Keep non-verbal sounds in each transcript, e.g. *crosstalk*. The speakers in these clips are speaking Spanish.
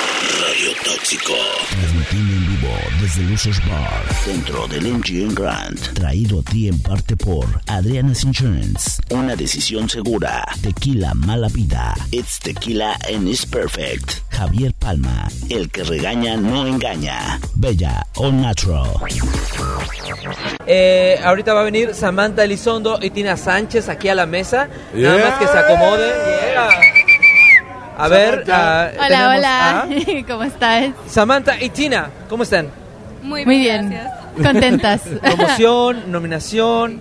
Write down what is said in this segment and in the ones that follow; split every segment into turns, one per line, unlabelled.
Novio Tóxico.
Transmitiendo en vivo desde Losers Bar,
Dentro del MGM Grand.
traído a ti en parte por Adriana's Insurance,
Una decisión segura.
Tequila Mala Vida,
It's tequila and it's perfect.
Javier Palma,
El que regaña no engaña.
Bella All Natural.
Eh, ahorita va a venir Samantha Elizondo y Tina Sánchez aquí a la mesa. Nada más que se acomode. Yeah. A ver, ah,
Hola,
tenemos
hola. *laughs* ¿Cómo estás?
a Samantha y Tina, ¿cómo están?
Muy bien,
Muy bien.
*laughs*
gracias.
Contentas. *laughs*
Promoción, nominación,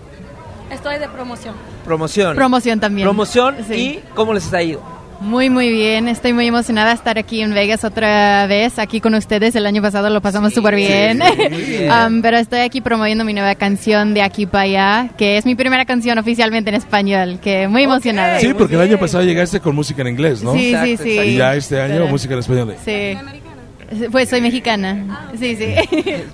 Estoy de promoción.
promoción.
Promoción también.
Promoción
Sí.
y ¿cómo les ha ido?
Muy, muy bien. Estoy muy emocionada de estar aquí en Vegas otra vez, aquí con ustedes. El año pasado lo pasamos súper bien. *laughs*
Eh,
Um, pero estoy aquí promoviendo mi nueva canción de aquí para allá, que es mi primera canción oficialmente en español, que muy emocionada.
Sí,
muy
porque el
bien.
año pasado llegaste con música en inglés, ¿no?
sí, sí,
Exacto,
sí.
Y ya este año
Pero-
música en español.
Sí.
Americana.
Pues soy mexicana. Sí, sí.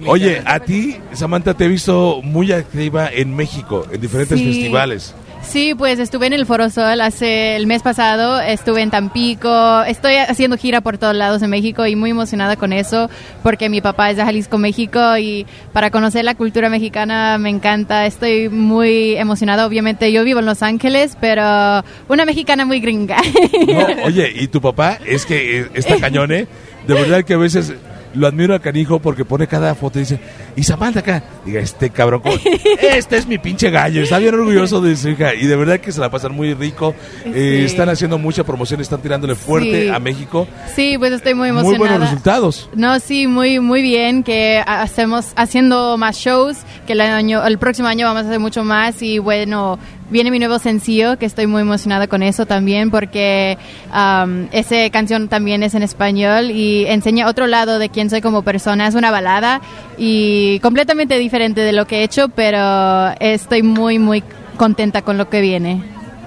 Oye, a ti, Samantha, te he visto muy activa en México, en diferentes
Sí. *laughs*
festivales.
Sí, pues estuve en el Foro Sol hace el mes pasado, estuve en Tampico, estoy haciendo gira por todos lados en México y muy emocionada con eso porque mi papá es de Jalisco, México y para conocer la cultura mexicana me encanta, estoy muy emocionada, obviamente yo vivo en Los Ángeles, pero una mexicana muy gringa. *laughs*
No, oye, y tu papá es que eh, está cañón, ¿eh? De verdad que a veces lo admiro al canijo porque pone cada foto y dice, y Samantha acá, diga, este cabrón,
*laughs*
como, este es mi pinche gallo, está bien orgulloso de su hija. Y de verdad que se la pasan muy rico, eh,
Sí.
están haciendo mucha promoción, están tirándole fuerte
Sí.
a México.
Sí, pues estoy muy
Muy
emocionada.
buenos resultados.
No, sí, muy muy bien que ha- hacemos haciendo más shows, que el año el próximo año vamos a hacer mucho más y bueno, viene mi nuevo sencillo que estoy muy emocionada con eso también porque am, esa canción también es en español y enseña otro lado de quién soy como persona, es una balada y completamente diferente de lo que he hecho, pero estoy muy muy contenta con lo que viene.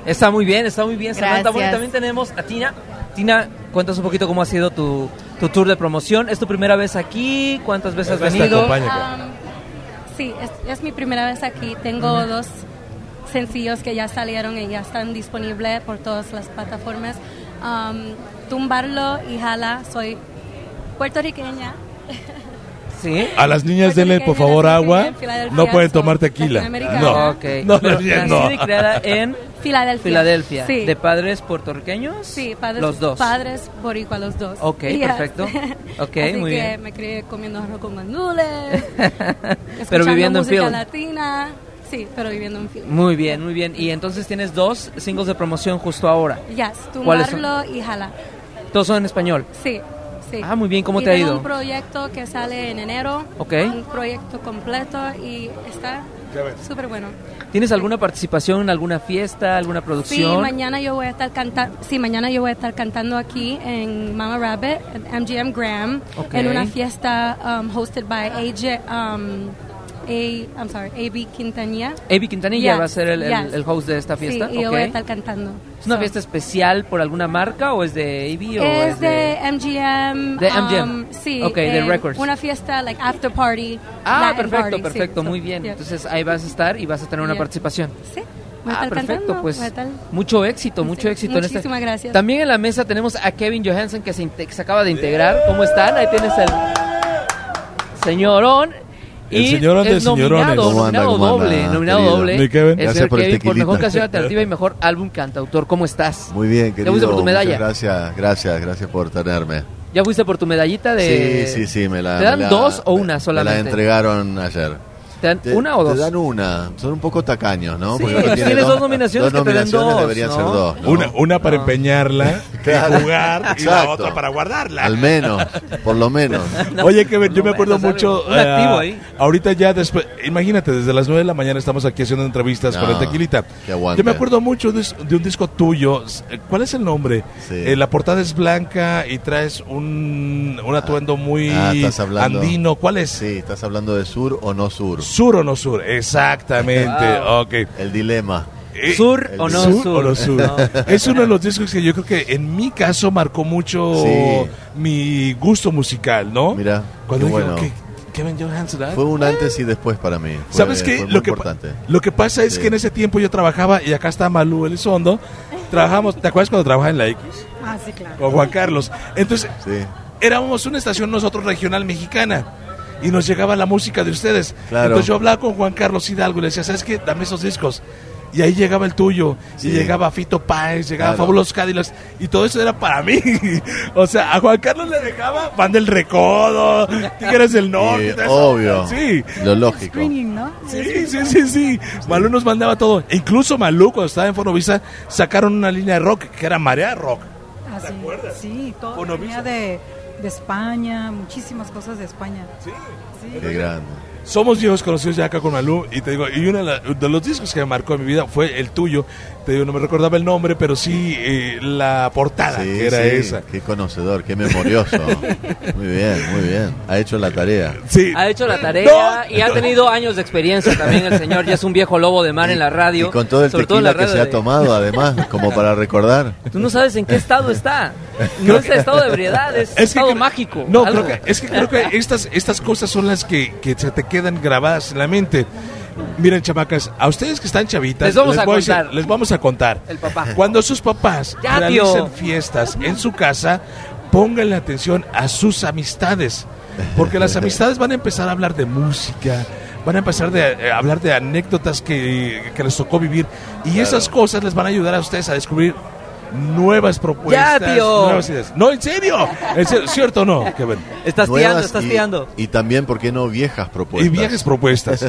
Está muy bien, está muy bien, Samantha. Bueno,
Gracias.
también tenemos a Tina. Tina, cuéntanos un poquito cómo ha sido tu, tu tour de promoción. ¿Es tu primera vez aquí? ¿Cuántas veces has
Esta
venido?
acompaña, cara.
Um, sí, es, es mi primera vez aquí. Tengo dos sencillos que ya salieron y ya están disponibles por todas las plataformas. Um, Tumbarlo y Jala, soy puertorriqueña.
Sí.
A las niñas denle por favor agua. No pueden tomar tequila.
Ah,
No,
Ok.
no,
Pero
las niñas no.
nacida y creada en
Filadelfia.
Filadelfia,
Sí.
de padres puertorriqueños.
Sí, padres,
los dos.
padres boricua, los dos.
Ok,
*laughs* Yes.
perfecto. Ok,
Así
muy
que
bien.
me crié comiendo arroz
*laughs*
con gandules,
Pero
escuchando
viviendo en
música
Philly.
latina. Sí, pero viviendo en Philly.
Muy bien, muy bien. Y entonces tienes dos singles de promoción justo ahora.
Yes,
¿Cuáles son?
tumbarlo y jala.
Todos son en español.
Sí, sí.
Ah, muy bien, ¿cómo
Y
te ha
tengo
ido?
un proyecto que sale en enero.
Ok.
Un proyecto completo y está súper bueno.
¿Tienes alguna participación en alguna fiesta, alguna producción?
Sí, mañana yo voy a estar cantando. Sí, mañana yo voy a estar cantando aquí en Mama Rabbit, en MGM Graham,
Ok.
en una fiesta um, hosted by AJ, um, A, I'm sorry, AB Quintanilla.
Avi Quintanilla
Yes,
va a ser el, el-
yes.
el host de esta fiesta.
Sí, y yo
ok.
voy a estar cantando.
¿Es una
So,
fiesta especial por alguna marca o es de Avi o
Es de MGM.
De
um,
MGM.
sí.
Ok, de
eh,
Records.
Una fiesta, like, after party.
Ah,
Latin
perfecto,
party, sí.
perfecto,
So,
muy bien.
yeah.
Entonces ahí vas a estar y vas a tener una
Yeah.
participación.
Sí, voy a
Ah,
estar
perfecto,
cantando,
pues
voy a estar-
mucho éxito, mucho
Sí,
éxito. en
muchísimas gracias.
También en la mesa tenemos a Kevin Johansen que se, inte- que se acaba de integrar. ¿Cómo están? Ahí tienes el señorón.
El
Y
señorón de
es nominado,
señorones.
¿Cómo anda,
nominado
cómo anda,
doble, nominado
querido?
doble.
Mi Kevin.
El
Gracias
señor
por el
Kevin por
tequilita.
mejor canción alternativa y mejor álbum cantautor. ¿Cómo estás?
Muy bien,
¿Ya
querido.
fuiste por tu
Muchas
medalla?
gracias, gracias, gracias por tenerme.
¿Ya fuiste por tu medallita de...?
sí, sí, sí, me la.
Eh, ¿Te dan
me la-
dos o
me-
una solamente?
Me la entregaron ayer.
¿Te dan
Te-
una o dos?
Te dan una. Son un poco tacaños, ¿no?
Sí,
uno
pues
tiene
tienes dos nominaciones
dos
que te den
nominaciones,
dos,
Deberían
¿no?
ser dos. ¿no?
Una, una para empeñarla,
*laughs* Claro.
y jugar, y la
Exacto.
otra para guardarla.
Al menos, por lo menos.
*laughs* Oye, que yo
no,
me acuerdo
menos,
mucho.
algo. Un
eh,
activo ahí.
Ahorita ya después. Imagínate, desde las 9 de la mañana estamos aquí haciendo entrevistas
No,
con el tequilita.
que aguante.
Yo me acuerdo mucho de, de un disco tuyo. eh, ¿Cuál es el nombre?
Sí.
Eh, la portada es blanca y traes un, un atuendo muy
Ah, estás hablando.
andino. ¿Cuál es?
Sí, estás hablando de sur o no sur.
¿Sur o no sur? Exactamente.
Wow.
Ok.
El dilema.
Eh,
¿Sur
el
o no
Sur
sur?
o no sur.
No.
*laughs* Es uno de los discos que yo creo que en mi caso marcó mucho
Sí.
mi gusto musical, ¿no?
Mira,
cuando
qué
dije,
bueno.
"Ok, Kevin Johansen. ¿ah?
Fue un
Eh.
antes y después para mí. Fue-
¿Sabes qué?
Fue muy
Lo que, pa-
importante.
lo que pasa es
Sí.
que en ese tiempo yo trabajaba, y acá está Malú Elizondo, trabajamos, ¿te acuerdas cuando trabajaba en la X?
Ah, sí, claro.
Con Juan Carlos. Entonces,
Sí.
éramos una estación nosotros regional mexicana. Y nos llegaba la música de ustedes.
Claro.
Entonces yo hablaba con Juan Carlos Hidalgo y le decía, ¿sabes qué? Dame esos discos. Y ahí llegaba el tuyo,
Sí.
y llegaba Fito Páez, llegaba
Claro.
Fabulos Cádilas, y todo eso era para mí. *laughs* o sea, a Juan Carlos le dejaba Van del Recodo, Tigres del Norte. y
Sí,
todo eso.
obvio.
Sí.
Lo lógico.
Screening, ¿no?
Sí, sí, sí, sí. Malú nos mandaba todo. E incluso Malú, cuando estaba en Fonovisa, sacaron una línea de rock que era Marea Rock.
Así,
acuerdas?
Sí, todo
Con
venía
Ovisa.
de, de España, muchísimas cosas de España.
Qué grande.
Somos viejos conocidos ya acá con Malú. Y te digo, y uno de la- de los discos que me marcó en mi vida fue el tuyo. Te digo, no me recordaba el nombre, pero sí eh, la portada,
Sí,
que era
sí,
esa.
Qué conocedor, qué
*laughs*
memorioso. muy bien, muy bien. Ha hecho la tarea.
Sí.
Ha hecho
*laughs*
la tarea
No.
y ha tenido años de experiencia también el señor. Ya es un viejo lobo de mar en la radio.
Y con todo el
sobre todo en
tequila
la
que
radio
se ha
de-
tomado, además, como para recordar.
Tú no sabes en qué estado está.
*laughs*
No es estado de ebriedad, es,
Es que
estado
creo-
mágico.
No,
algo.
creo que, es que creo que estas, estas cosas son las que, que se te quedan grabadas en la mente. Miren, chamacas, a ustedes que están chavitas,
Les vamos a
voy
contar.
les vamos a contar.
El papá.
Cuando sus papás
Ya,
realicen
tío.
fiestas en su casa, pónganle atención a sus amistades. Porque las amistades van a empezar a hablar de música, van a empezar de, eh, a hablar de anécdotas que, que les tocó vivir. Y esas cosas les van a ayudar a ustedes a descubrir nuevas propuestas.
tío.
nuevas ideas. No, en serio. ¿En
*laughs*
serio? ¿Cierto o no, Kevin?
*laughs* Estás tirando,
Nuevas
estás
y,
tirando.
y también, ¿por qué no viejas
Y
propuestas?
*laughs*
viejas propuestas.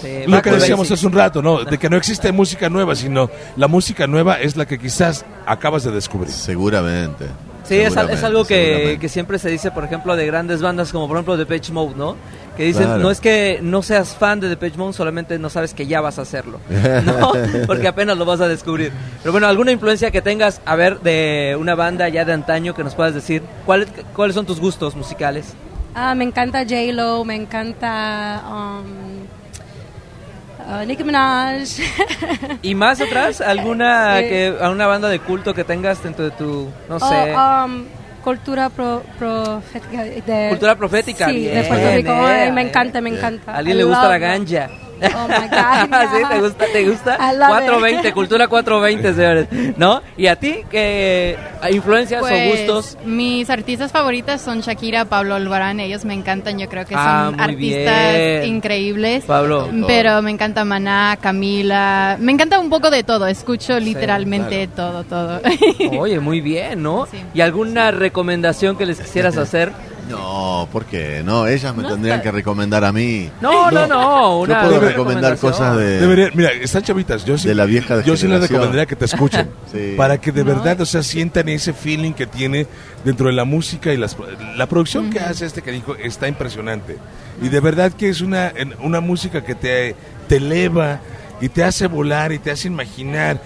Sí,
Lo
Back
que
to
decíamos
Basics.
hace un rato, ¿no? De que no existe música nueva, sino la música nueva es la que quizás acabas de descubrir.
Seguramente.
Sí, es, al- es
seguramente,
algo que,
seguramente.
que siempre se dice, por ejemplo, de grandes bandas como por ejemplo Depeche Mode, ¿no? Que dicen,
Claro.
no es que no seas fan de Depeche Mode, solamente no sabes que ya vas a
*laughs*
hacerlo. No, porque apenas lo vas a descubrir. Pero bueno, alguna influencia que tengas, a ver, de una banda ya de antaño que nos puedas decir, ¿cuál, ¿cuáles son tus gustos musicales?
Ah, me encanta J-Lo, me encanta um, ah, Nicki Minaj.
Y más
*laughs*
atrás, alguna
Eh.
que alguna banda de culto que tengas dentro de tu, *laughs* no
O,
sé.
um, cultura pro- profética. de-
Cultura profética.
Sí,
Bien,
de Puerto Rico. Ay,
eh,
me encanta, me
bien.
encanta.
¿A alguien
I
le gusta
love
la
it.
ganja?
Oh my God.
*laughs* ¿Sí? ¿Te gusta? ¿Te gusta?
I love it.
420, cultura 420, señores. ¿No? ¿Y a ti? ¿Qué influencias o
Pues,
gustos?
Mis artistas favoritas son Shakira, Pablo Albarán, ellos me encantan, yo creo que son
Ah, muy
artistas
bien.
increíbles.
Pablo.
*laughs*
Pero me encanta Maná, Camila, me encanta un poco de todo, escucho literalmente todo, todo.
*laughs* Oye, muy bien, ¿no?
Sí.
¿Y alguna recomendación que les quisieras hacer?
No, ¿por qué? No, ellas me tendrían que recomendar a mí.
No, no, no.
Yo
Una
puedo
buena
recomendar
recomendación.
cosas de...
Debería- mira, están chavitas. Yo sí,
Eh, De la vieja
yo sí les
generación.
recomendaría que te escuchen.
*laughs* Sí.
Para que de verdad, o sea, sientan ese feeling que tiene dentro de la música y las, pro- la producción que hace este canijo está impresionante. Y de verdad que es una, en- una música que te, te eleva y te hace volar y te hace imaginar.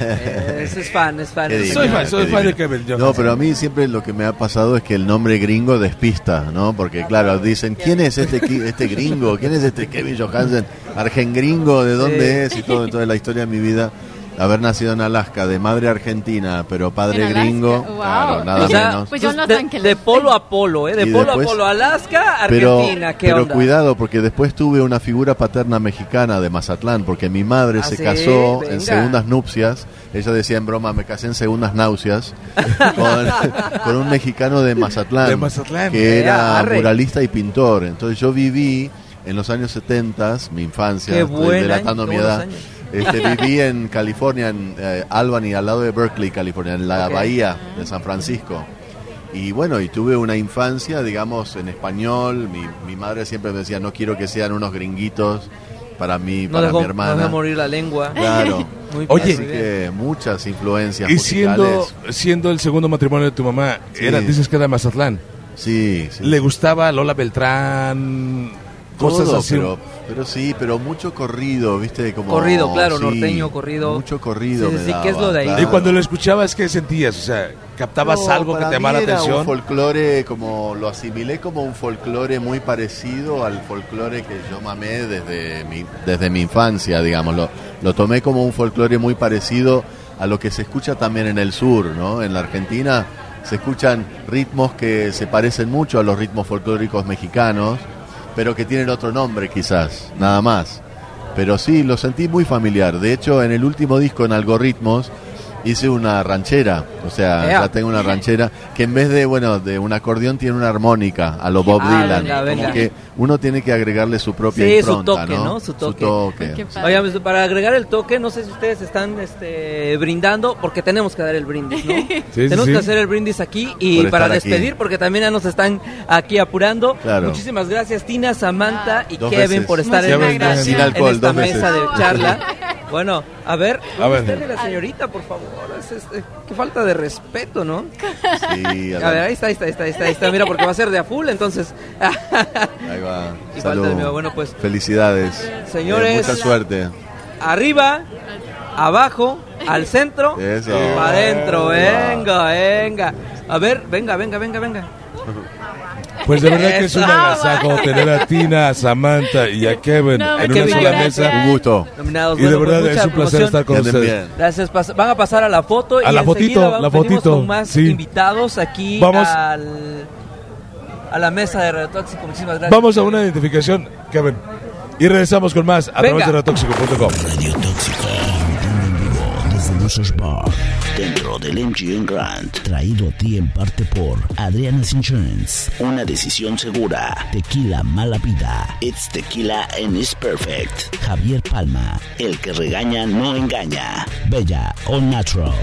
Eh, ese es fan, es fan.
Qué
Es-
Soy
divina,
fan, soy
qué
fan de
divina.
Kevin Johnson.
No, pero a mí siempre lo que me ha pasado es que el nombre gringo despista, ¿no? Porque claro, dicen, ¿quién es este, qui- este gringo? ¿Quién es este Kevin Johansen? Argen gringo, ¿de dónde es? Y todo, toda la historia de mi vida. Haber nacido en Alaska, de madre argentina, pero padre
En Alaska,
gringo,
wow.
claro, nada
o sea,
menos.
Pues yo en Los
de,
Ángeles.
de polo a polo, ¿eh? De
Y
polo
después-
a polo. Alaska,
Pero,
Argentina, ¿qué
pero
onda?
cuidado, porque después tuve una figura paterna mexicana de Mazatlán, porque mi madre
Ah,
se
sí,
casó
venga.
en segundas nupcias. Ella decía en broma, me casé en
*laughs*
segundas náuseas con, con un mexicano de Mazatlán,
De Mazatlán.
que
Ea,
era
arre.
muralista y pintor. Entonces yo viví en los años 70, mi infancia,
Qué
estoy
buen
delatando
año,
mi
qué buenos
edad.
años.
Este,
*laughs*
viví en California, en eh, Albany, al lado de Berkeley, California, en la
Ok.
bahía de San Francisco. Y bueno, y tuve una infancia, digamos, en español. Mi, mi madre siempre me decía, no quiero que sean unos gringuitos para mí,
No
para
dejó,
mi
no
hermana.
dejó morir la lengua. *laughs*
Claro.
Muy
Oye.
Así
bien, muy bien.
que muchas influencias
Y siendo,
musicales.
siendo el segundo matrimonio de tu mamá,
Sí.
era, dices que era de Mazatlán.
Sí, sí.
Le gustaba Lola Beltrán, cosas
Todo,
así.
Pero, pero sí, pero mucho corrido, ¿viste? Como,
Corrido, claro,
sí,
norteño, corrido.
Mucho corrido.
Sí,
me
sí, ¿qué es
daba,
lo de ahí?
claro.
Y cuando lo escuchabas, ¿qué sentías? O sea, ¿captabas
No,
algo que
para
te llamara
mí
la
era
atención?
Un folclore, como lo asimilé como un folclore muy parecido al folclore que yo mamé desde mi, desde mi infancia, digamos. Lo, lo tomé como un folclore muy parecido a lo que se escucha también en el sur, ¿no? En la Argentina se escuchan ritmos que se parecen mucho a los ritmos folclóricos mexicanos, pero que tienen otro nombre quizás, nada más. Pero sí, lo sentí muy familiar. De hecho, en el último disco, en Algoritmos, hice una ranchera, o sea,
Ea.
ya tengo una ranchera que en vez de, bueno, de un acordeón tiene una armónica a lo Bob
Ah,
Dylan.
venga, venga.
Como que uno tiene que agregarle su propia
Sí, su
impronta,
toque, ¿no? Su toque.
toque.
Qué padre.
Oigan, pues, para agregar el toque, no sé si ustedes están este, brindando, porque tenemos que dar el brindis, ¿no?
*laughs* sí,
tenemos
sí.
que hacer el brindis aquí y
Por estar
para
aquí.
despedir, porque también ya nos están aquí apurando.
Claro.
Muchísimas gracias, Tina, Samantha y
Dos
Kevin,
veces.
por estar en,
Muchísimas
Kevin, gracias.
Sin
En
alcohol,
en esta
dos veces.
mesa de charla.
*laughs*
Bueno, a ver,
A ver.
usted de la señorita, por favor. Es, es- eh, qué falta de respeto, ¿no?
Sí,
*laughs* A ver, ahí está, ahí está, ahí está, ahí está, ahí está. Mira, porque va a ser de a full, entonces. *laughs*
ahí va.
Y falta
Salud.
de nuevo. Bueno, pues,
Felicidades.
Señores.
Eh, mucha suerte.
arriba, abajo, al centro,
Eso.
para adentro.
Ah.
Venga, venga. A ver, venga, venga, venga, venga.
Pues de verdad que es
Eso.
un agasajo tener a Tina, a Samantha y a Kevin
No,
en una
muchas
sola
gracias.
mesa.
Un gusto.
Nominados.
Y de
Bueno, pues,
verdad
mucha
es un placer
promoción.
estar con
Que anden
ustedes.
bien.
Gracias, pas- van a pasar a la foto.
A
y
la
enseguida
fotito,
vamos-
la
venimos
fotito,
con más
sí.
invitados aquí
Vamos.
al- a la mesa de Radio Tóxico. Muchísimas gracias.
Vamos a una identificación, Kevin. Y regresamos con más a
Venga.
través de radiotóxico.com.
Radio Tóxico. Imitando en vivo desde Lusos Bar.
Dentro del MGM Grant,
Traído a ti en parte por Adriana's Insurance.
una decisión segura.
Tequila Mala Vida.
It's tequila and it's perfect.
Javier Palma.
El que regaña no engaña.
Bella All Natural.